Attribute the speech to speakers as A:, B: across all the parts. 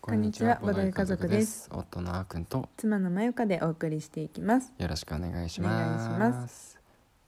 A: こんにちはボドゲ家族です
B: 夫のあーくんと
A: 妻のまゆかでお送りしていきます
B: よろしくお願いします
A: お願いしま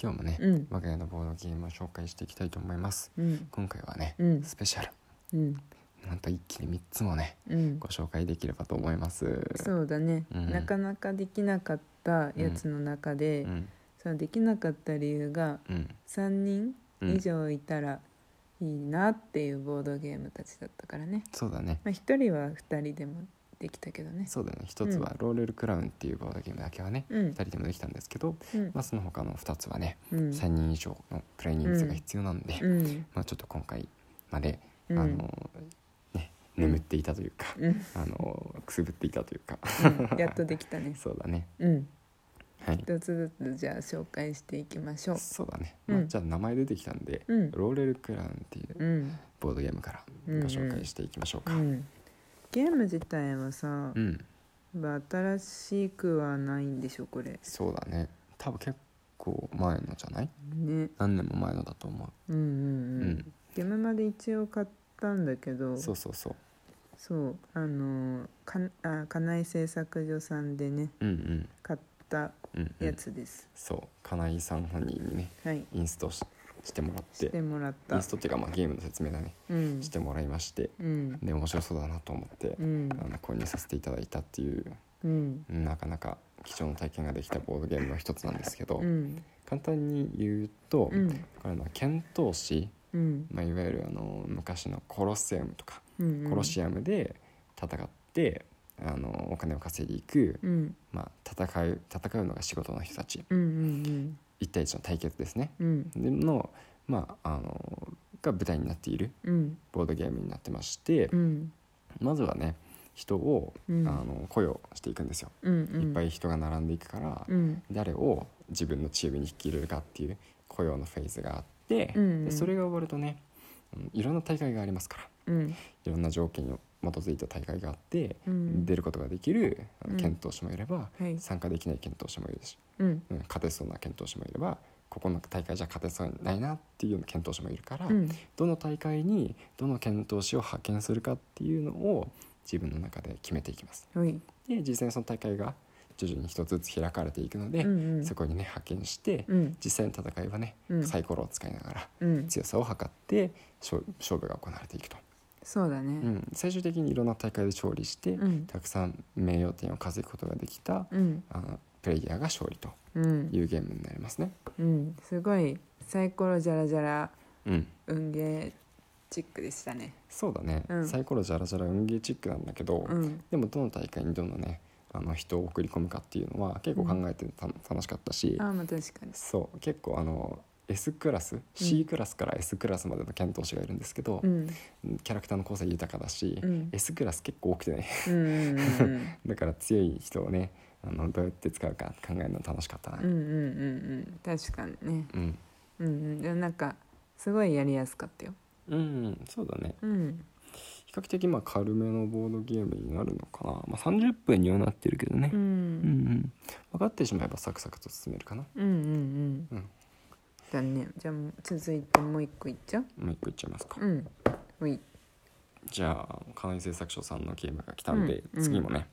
B: 今日もね、
A: うん
B: 我が家のボードゲームを紹介していきたいと思います
A: うん
B: 今回はね、
A: うん
B: スペシャル
A: うん
B: なんと一気に3つもね
A: うん
B: ご紹介できればと思います
A: そうだね、
B: うん
A: なかなかできなかったやつの中で、
B: うん
A: そのできなかった理由が
B: うん
A: 3人
B: うん
A: 以上いたらいいなっていうボードゲームたちだったからね、
B: そうだね
A: まあ、1人は2人でもできたけどね
B: そうだね一つはローレルクラウンっていうボードゲームだけはね、
A: うん
B: 二人でもできたんですけど、
A: うん
B: まあ、その他の2つはね、
A: うん
B: 三人以上のプレイ人数が必要なんで、
A: うん
B: まあ、ちょっと今回まで、
A: うん
B: あのね眠っていたというか、
A: うん
B: あのくすぶっていたというか
A: うんやっとできたね
B: そうだね
A: うん
B: はい
A: 一つずつじゃあ紹介していきましょう
B: そうだね、まあ
A: うん
B: じゃあ名前出てきたんで、
A: うん
B: ローレルクラウンっていう
A: うん
B: ボードゲームから
A: うんうん
B: ご紹介していきましょう
A: う
B: かうん、
A: んゲーム自体はさ、まあ新しくはないんでしょこれ
B: そうだね多分結構前のじゃない
A: ね
B: 何年も前のだと思
A: うんう
B: う
A: んうん、
B: うん、
A: ゲームまで一応買ったんだけど
B: そうそうそう
A: そうあのーかあ金井製作所さんでね
B: うんうん
A: 買った
B: うん、う
A: や
B: ん、
A: つです、
B: そう金井さん本人にね
A: はい
B: インストししてもらっ
A: しててもらっ
B: イ
A: た
B: ンストっていうか、まあ、ゲームの説明だね
A: うん
B: してもらいまして
A: うん
B: で面白そうだなと思って
A: う、ん
B: あの購入させていただいたっていう
A: うん
B: なかなか貴重な体験ができたボードゲームの一つなんですけど、
A: うん
B: 簡単に言うと、
A: うん
B: これは遣唐使、
A: うん
B: まあ、いわゆるあの昔のコロッセアムとか、
A: うん
B: コロシアムで戦ってあのお金を稼いでいく、
A: うん
B: まあ、戦う戦うのが仕事の人たち
A: うんうん
B: 一対一の対決ですね
A: うんうん
B: での,、まあ、あのが舞台になっている
A: うん
B: ボードゲームになってまして、
A: うん
B: まずはね人を、
A: うん
B: あの雇用していくんですよ。
A: うんうん
B: いっぱい人が並んでいくから、
A: うん
B: 誰を自分のチームに引き入れるかっていう雇用のフェーズがあって、
A: うんうん
B: でそれが終わるとね、うんいろんな大会がありますから
A: うん
B: いろんな条件に基づいた大会があって、
A: うん
B: 出ることができるあ
A: う
B: の
A: ん
B: 検討者もいれば、
A: はい
B: 参加できない検討者もいるし、
A: うん
B: うん勝てそうな検討者もいればここの大会じゃ勝てそうにないなっていうような検討者もいるから、
A: うん
B: どの大会にどの検討士を派遣するかっていうのを自分の中で決めていきます。
A: はい
B: で実際にその大会が徐々に一つずつ開かれていくので、
A: うんうん
B: そこにね派遣して、
A: うん
B: 実際の戦いはね、
A: うん
B: サイコロを使いながら
A: うん
B: 強さを測って勝勝負が行われていくと、
A: そうだ
B: う
A: ね
B: ん、最終的にいろんな大会で勝利して、
A: うん
B: たくさん名誉点を稼ぐことができた、
A: うん
B: あのプレイヤーが勝利と
A: うん
B: いうゲームになりますね。
A: うんすごいサイコロじゃらじゃら
B: うん
A: 運ゲーチックでしたね
B: そうだね、
A: うん
B: サイコロじゃらじゃら運ゲーチックなんだけど、
A: うん
B: でもどの大会にどのねあの人を送り込むかっていうのは結構考えてた、楽しかったし
A: ああまあ確かに
B: そう結構あの S クラス C クラスから S クラスまでの検討士がいるんですけど、
A: うん
B: キャラクターの構成豊かだし、
A: うん
B: S クラス結構多くてね
A: うんうんうん
B: だから強い人をねあのどうやって使うか考えるの楽しかったな
A: うんうんうんうん確かにね
B: うん、
A: うんうんでもなんかすごいやりやすかったよ
B: うん、そうだね
A: うん
B: 比較的まあ軽めのボードゲームになるのかな、まあ、30分にはなってるけどね
A: う、
B: うん
A: ん
B: うん分かってしまえばサクサクと進めるかな
A: うんうんう
B: うんん
A: だねじゃあもう続いてもう一個いっちゃう
B: もう一個いっちゃいますか、
A: うんほい
B: じゃあ金井製作所さんのゲームが来たんで、
A: うん
B: 次もね、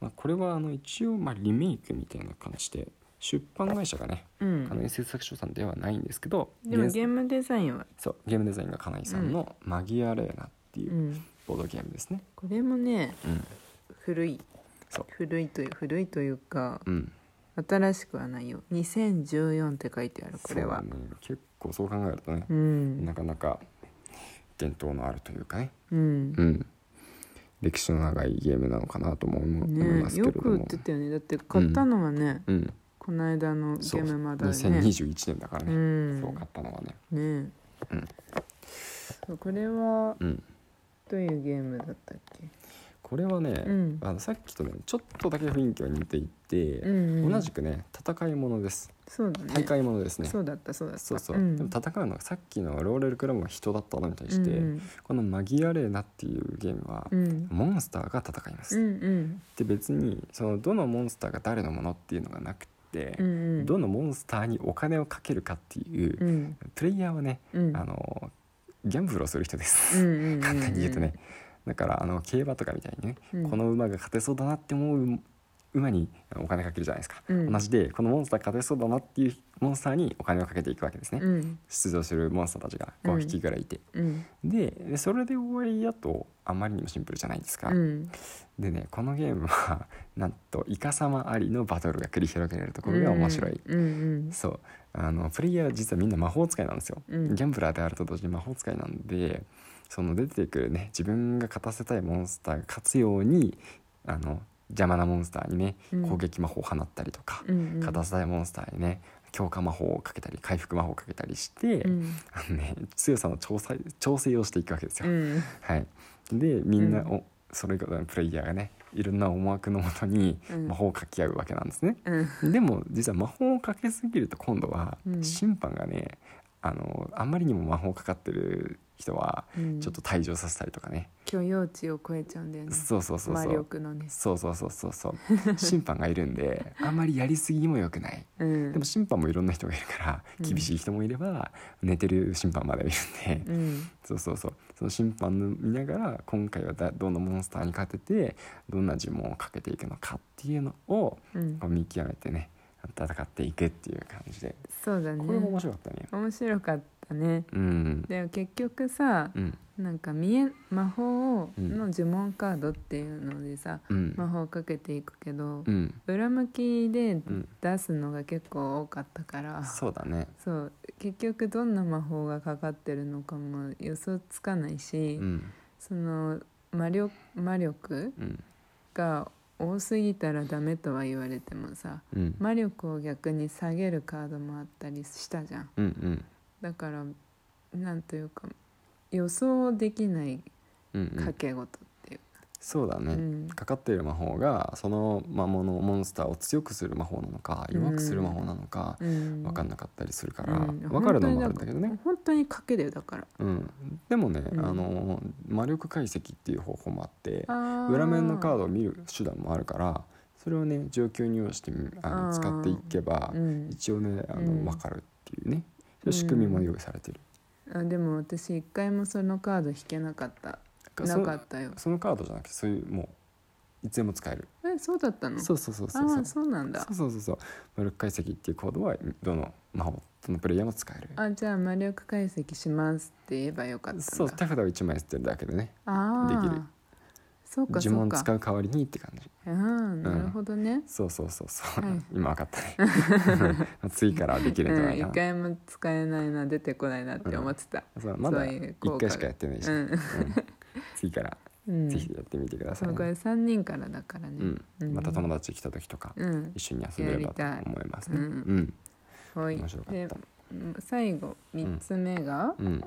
B: まあ、これはあの一応まあリメイクみたいな感じで出版会社がね
A: うん
B: 金井製作所さんではないんですけど、
A: でも
B: 原
A: ゲームデザインは
B: そうゲームデザインが金井さんの「マギアレーナ」って
A: う
B: いうんボードゲームですね。
A: これもね
B: うん、
A: 古い
B: そう
A: 古いという古いというか
B: うん、
A: 新しくはないよ2014って書いてあるこれは
B: そうだね結構そう考えるとね
A: う、ん
B: なかなか伝統のあるというかね、
A: うん
B: うん、歴史の長いゲームなのかなとも思思い
A: ね
B: ますけ
A: よ
B: れど
A: く
B: も、
A: 売ってたよねだって買ったのはね
B: うん、
A: この間のゲ
B: そう
A: ームまだね
B: 2021年だから
A: う
B: ね、
A: ん
B: そう買ったのはね。
A: ね
B: うん
A: そうこれは
B: うん
A: どういうゲームだったっけ
B: これはね、
A: うん
B: あのさっきとねちょっとだけ雰囲気は似ていて、
A: うんうん
B: 同じくね戦いものです
A: そうだね
B: 大会ものですね、
A: そうだったそうだった
B: そうそう、
A: ん
B: でも戦うのがさっきのローレルクラブは人だったのに対して、
A: うん
B: このマギアレーナっていうゲームは、
A: うん
B: モンスターが戦います、
A: うんうん
B: で別にそのどのモンスターが誰のものっていうのがなくて、
A: うんうん
B: どのモンスターにお金をかけるかっていう、
A: うん
B: プレイヤーはね、
A: うん
B: あのギャンブルをする人で
A: うん
B: す、
A: うんうんうん
B: 簡単に言うとね、だからあの競馬とかみたいにね、
A: うん
B: この馬が勝てそうだなって思う馬にお金かけるじゃないですか、
A: うん
B: 同じでこのモンスター勝てそうだなっていうモンスターにお金をかけていくわけですね、
A: うん
B: 出場するモンスターたちが5匹ぐらいいて、
A: うん
B: ででそれで終わりだとあまりにもシンプルじゃないですか、
A: うん
B: でねこのゲームはなんとイカ様ありのバトルが繰り広げられるところが面白い、
A: うん
B: そうあのプレイヤーは実はみんな魔法使いなんですよ、
A: うん
B: ギャンブラーであると同時に魔法使いなんでその出てくるね自分が勝たせたいモンスターが勝つようにあの邪魔なモンスターにね
A: うん
B: 攻撃魔法を放ったりとか、
A: うん
B: 勝たせたいモンスターにね強化魔法をかけたり回復魔法をかけたりして、
A: うん
B: あのね、強さの調整調整をしていくわけですよ。
A: うん
B: はい、でみんな、
A: うん
B: おそれぞれのプレイヤーがねいろんな思惑のもとに
A: うん
B: 魔法をかけ合うわけなんですね。
A: うん
B: でも実は魔法をかけすぎると今度は
A: うん
B: 審判がね、あのあんまりにも魔法かかってる人は
A: うん
B: ちょっと退場させたりとかね、
A: 許容値を超えちゃうんだよね
B: そうそうそう
A: 魔
B: そう
A: 力のね
B: そうそうそうそうそう審判がいるんであんまりやりすぎも良くない。
A: うん
B: でも審判もいろんな人がいるから
A: うん
B: 厳しい人もいれば寝てる審判までいるんで、
A: うん
B: そうそうそうその審判の見ながら今回はだどんなモンスターに勝ててどんな呪文をかけていくのかっていうのを
A: うん
B: こう見極めてね戦っていくっていう感じで
A: そうだね
B: これも面白かったね
A: 面白かったね
B: うん
A: でも結局さ
B: うん
A: なんか見え魔法を
B: うん
A: の呪文カードっていうのでさ
B: うん
A: 魔法をかけていくけど
B: うん
A: 裏向きで
B: うん
A: 出すのが結構多かったから
B: そうだね
A: そう結局どんな魔法がかかってるのかも予想つかないし、
B: うん
A: その魔力魔力
B: うん
A: が多すぎたらダメとは言われてもさ
B: うん
A: 魔力を逆に下げるカードもあったりしたじゃん
B: うんうん
A: だからなんというか予想できない
B: うんう
A: 掛
B: ん
A: け事っていう
B: そうだ
A: か、う
B: ね
A: ん
B: かかっている魔法がその魔物モンスターを強くする魔法なのか弱くする魔法なのか
A: うん
B: 分かんなかったりするから
A: うん
B: 分かるのは分かるんだけどね
A: 本当に賭けだよだから
B: うん、でもね、
A: うん
B: あの魔力解析っていう方法もあって裏
A: 裏
B: 面のカー
A: ド
B: ドを見る手段もあるからそれをね状況に応じてみあの
A: あー
B: 使っていけば、
A: うん、
B: 一応ねあの、
A: うん
B: 分かるっていうねそういう仕組みも用意されてる、
A: あでも私一回もそのカード引けなかった
B: だ
A: な
B: ら
A: かったよ
B: そそのカードじゃなくてそういうもういつでも使える、
A: えそうだったの
B: そうそうそう
A: あ
B: そ
A: あ
B: うそ
A: ー
B: うそ
A: そうなんだ
B: うそうそうそう魔力解析っていうコードはどの魔法どのプレイヤーも使える
A: あじゃあ魔力解析しますって言えばよかったんだ
B: そう手札を1枚捨てるだけでね
A: ああ
B: できる
A: そうかそ
B: 呪
A: う
B: 文
A: か
B: 使う代わりにって感じ
A: ああなるほどね、
B: そうそうそうそう、
A: はい
B: 今分かった ね 次からはでき
A: う
B: るんじゃない
A: ん、
B: か
A: 一
B: な、
A: 回も使えないな出てこないなって思ってた、
B: そうまだ
A: そういう効果
B: 1回しかやってないし、
A: う
B: うん
A: ん
B: 次から
A: うん
B: ぜひやってみてくださ
A: そ
B: い、
A: うこ
B: ね
A: れ3人からだから
B: う
A: ね
B: ん
A: うん
B: また友達来た時とか
A: うん
B: 一緒に遊べればと
A: やりたい
B: 思いますね
A: う
B: うんん、
A: ほい
B: 面白か
A: で
B: った
A: うん最後3つ目が、
B: うん、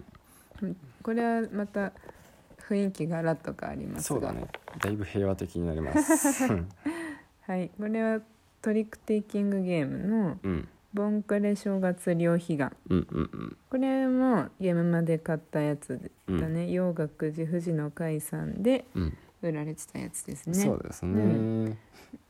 A: これはまた雰囲気がらっと変わります
B: そ
A: が
B: うだねだいぶ平和的になります
A: はいこれはトリックテイキングゲームの
B: うん
A: 「ボンクレ正月両悲願
B: うんうん」
A: これもゲームまで買ったやつ
B: うんうん
A: だね、洋楽寺富士の会さんで
B: うん
A: 売られてたやつですね
B: そうですね、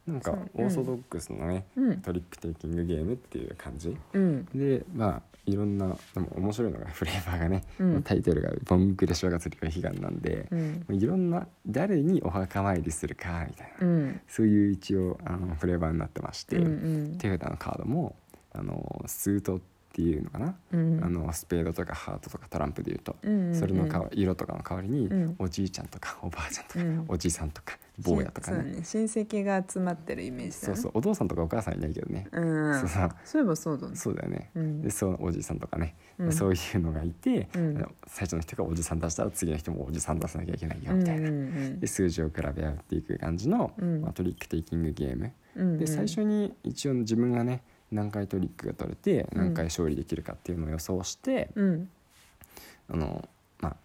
A: う
B: なんか
A: そうう
B: オ
A: ん
B: ーソドックスなね、
A: うん
B: トリックテイキングゲームっていう感じ
A: うん
B: でまあいろんなでも面白いのがフレーバーがね、
A: うん
B: タイトルが「ボンクレ正月料悲願」なんで、
A: うん
B: いろんな誰にお墓参りするかみたいな、
A: うん
B: そういう一応あのフレーバーになってまして、
A: うん
B: 手札のカードもあのスートっていうのかな、
A: うん
B: あのスペードとかハートとかトランプでいうと、
A: うん
B: それのかわ色とかの代わりに、
A: うん
B: おじいちゃんとか おばあちゃんとか、
A: うん
B: おじいさんとか坊やとか
A: そう
B: ね
A: 親戚が集まってるイメージだ
B: そう
A: ね
B: そうお父さんとかお母さんいないけどね、
A: うん
B: そうそう
A: そういえばそうだね
B: そうだよね、
A: うん
B: でそうおじいさんとかね、
A: うん
B: そういうのがいて、
A: うん
B: あの最初の人がおじさん出したら次の人もおじさん出さなきゃいけないよみたいな、
A: うんうん
B: で数字を比べ合うっていう感じの、
A: うん
B: まあ、トリックテイキングゲーム、
A: うん
B: で最初に一応自分がね何回トリックが取れて
A: うん
B: 何回勝利できるかっていうのを予想して、
A: うん
B: あのまあ、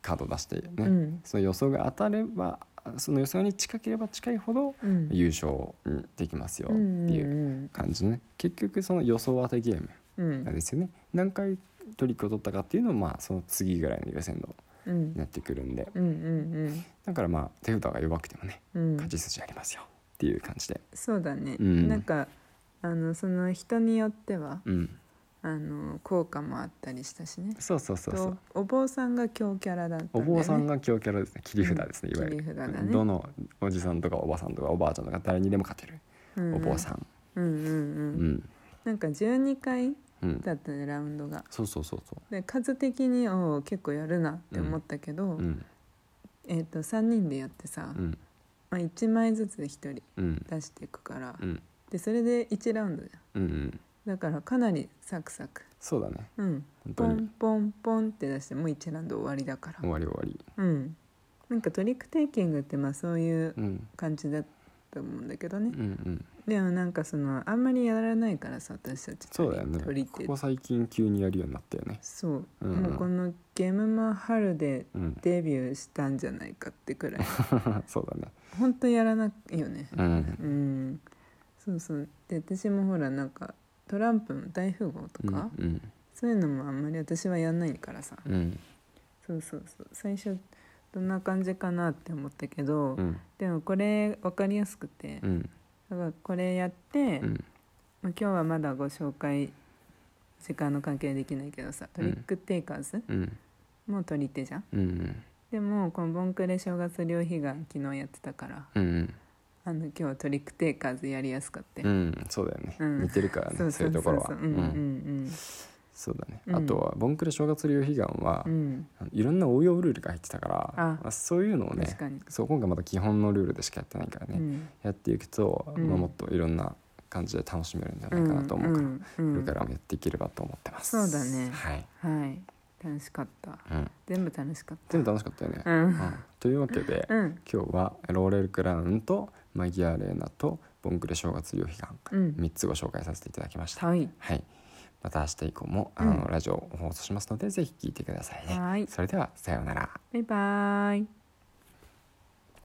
B: カード出してね、
A: うん
B: その予想が当たればその予想に近ければ近いほど
A: うん
B: 優勝うんできますよっていう
A: うん
B: 感じね結局その予想当てゲーム
A: うんう
B: なん
A: ん
B: ですよね何回トリックを取ったかっていうのもまあその次ぐらいの優先度
A: うん
B: になってくるんで
A: うんうん
B: だからまあ手札が弱くてもね
A: うんうん
B: 勝ち筋ありますよっていう感じで
A: そうだね、
B: うん
A: なんかあのその人によっては
B: うん
A: あの効果もあったりしたしね
B: そうそうそうそう
A: とお坊さんが強キャラだったんだ
B: お
A: よね
B: 坊さんが強キャラですね切り札ですね、
A: うん
B: いわゆる
A: 切り札だね
B: どのおじさんとかおばさんとかおばあちゃんとか誰にでも勝てる、
A: うんうん
B: お坊さん
A: うんうん
B: う
A: うん、
B: ん
A: なんか12回
B: うん、
A: だったねラウンドが
B: そうそうそうそ
A: で数的におー結構やるなって思ったけど、
B: ううん
A: えー、と3人でやってさ、
B: うん
A: まあ、1枚ずつで1人
B: うん
A: 出していくから、
B: うん
A: でそれで1ラウンドじゃん
B: うんうん
A: だからかなりサクサク
B: そうだね
A: うん
B: 本
A: ポ
B: 当
A: ン
B: に
A: ポンポンって出してもう1ラウンド終わりだから
B: 終わり終わり
A: うんなんかトリックテイキングってまあそういう
B: うん
A: 感じだと思うんだけど
B: う
A: ね
B: んうん
A: でもなんかそのあんまりやらないからさ私たち
B: そうだよ
A: 鳥
B: ね
A: っ
B: こ
A: て
B: こ最近急にやるようになったよね
A: そう、
B: うんうん
A: もうこのゲームマ春で
B: うん
A: デビューしたんじゃないかってくら い
B: そうだね
A: ほんとやらないよね
B: うん
A: うんそうそうで私もほらなんかトランプの大富豪と
B: うん
A: か、
B: うん
A: そういうのもあんまり私はやんないからさ
B: うん
A: そうそうそう最初どんな感じかなって思ったけど、
B: うん
A: でもこれ分かりやすくて、
B: うん
A: だからこれやって、
B: う
A: まあ
B: ん
A: 今日はまだご紹介時間の関係できないけどさトリックテイカーズ、
B: うん
A: もう取り手じゃん
B: うんうん
A: でもこの「ボンクレ正月療費」が昨日やってたから
B: うん
A: あの今日はトリックテイカーズやりやすかった
B: う
A: よ、
B: んそうだよね、
A: うん
B: 似てるからねそういうところは
A: うんうんうん
B: そうだね、
A: うん
B: あとは「ボンクレ正月流悲願は」
A: うん、うん、
B: あのいろんな応用ルールが入ってたから
A: あ
B: まあそういうのをね
A: 確かに、
B: そう今回また基本のルールでしかやってないからね、
A: うん
B: やっていくと、
A: うん
B: まあ、もっといろんな感じで楽しめるんじゃないかなと思うから、
A: んう
B: こ
A: んう
B: れ
A: ん
B: からもやっていければと思ってます
A: そうだね
B: はい、
A: はい楽しかった
B: うん、
A: 全部楽しかった
B: 全部楽しかったよね、
A: うん
B: うんというわけで、
A: うん
B: 今日はローレル・クラウンとマギア・レーナとボンクレ正月流悲願
A: うん
B: 3つご紹介させていただきました
A: はい
B: はい、また明日以降もあ
A: う
B: の
A: ん
B: ラジオを放送しますので、ぜひ聞いてくださいね。
A: はい
B: それではさようなら。
A: バイバイ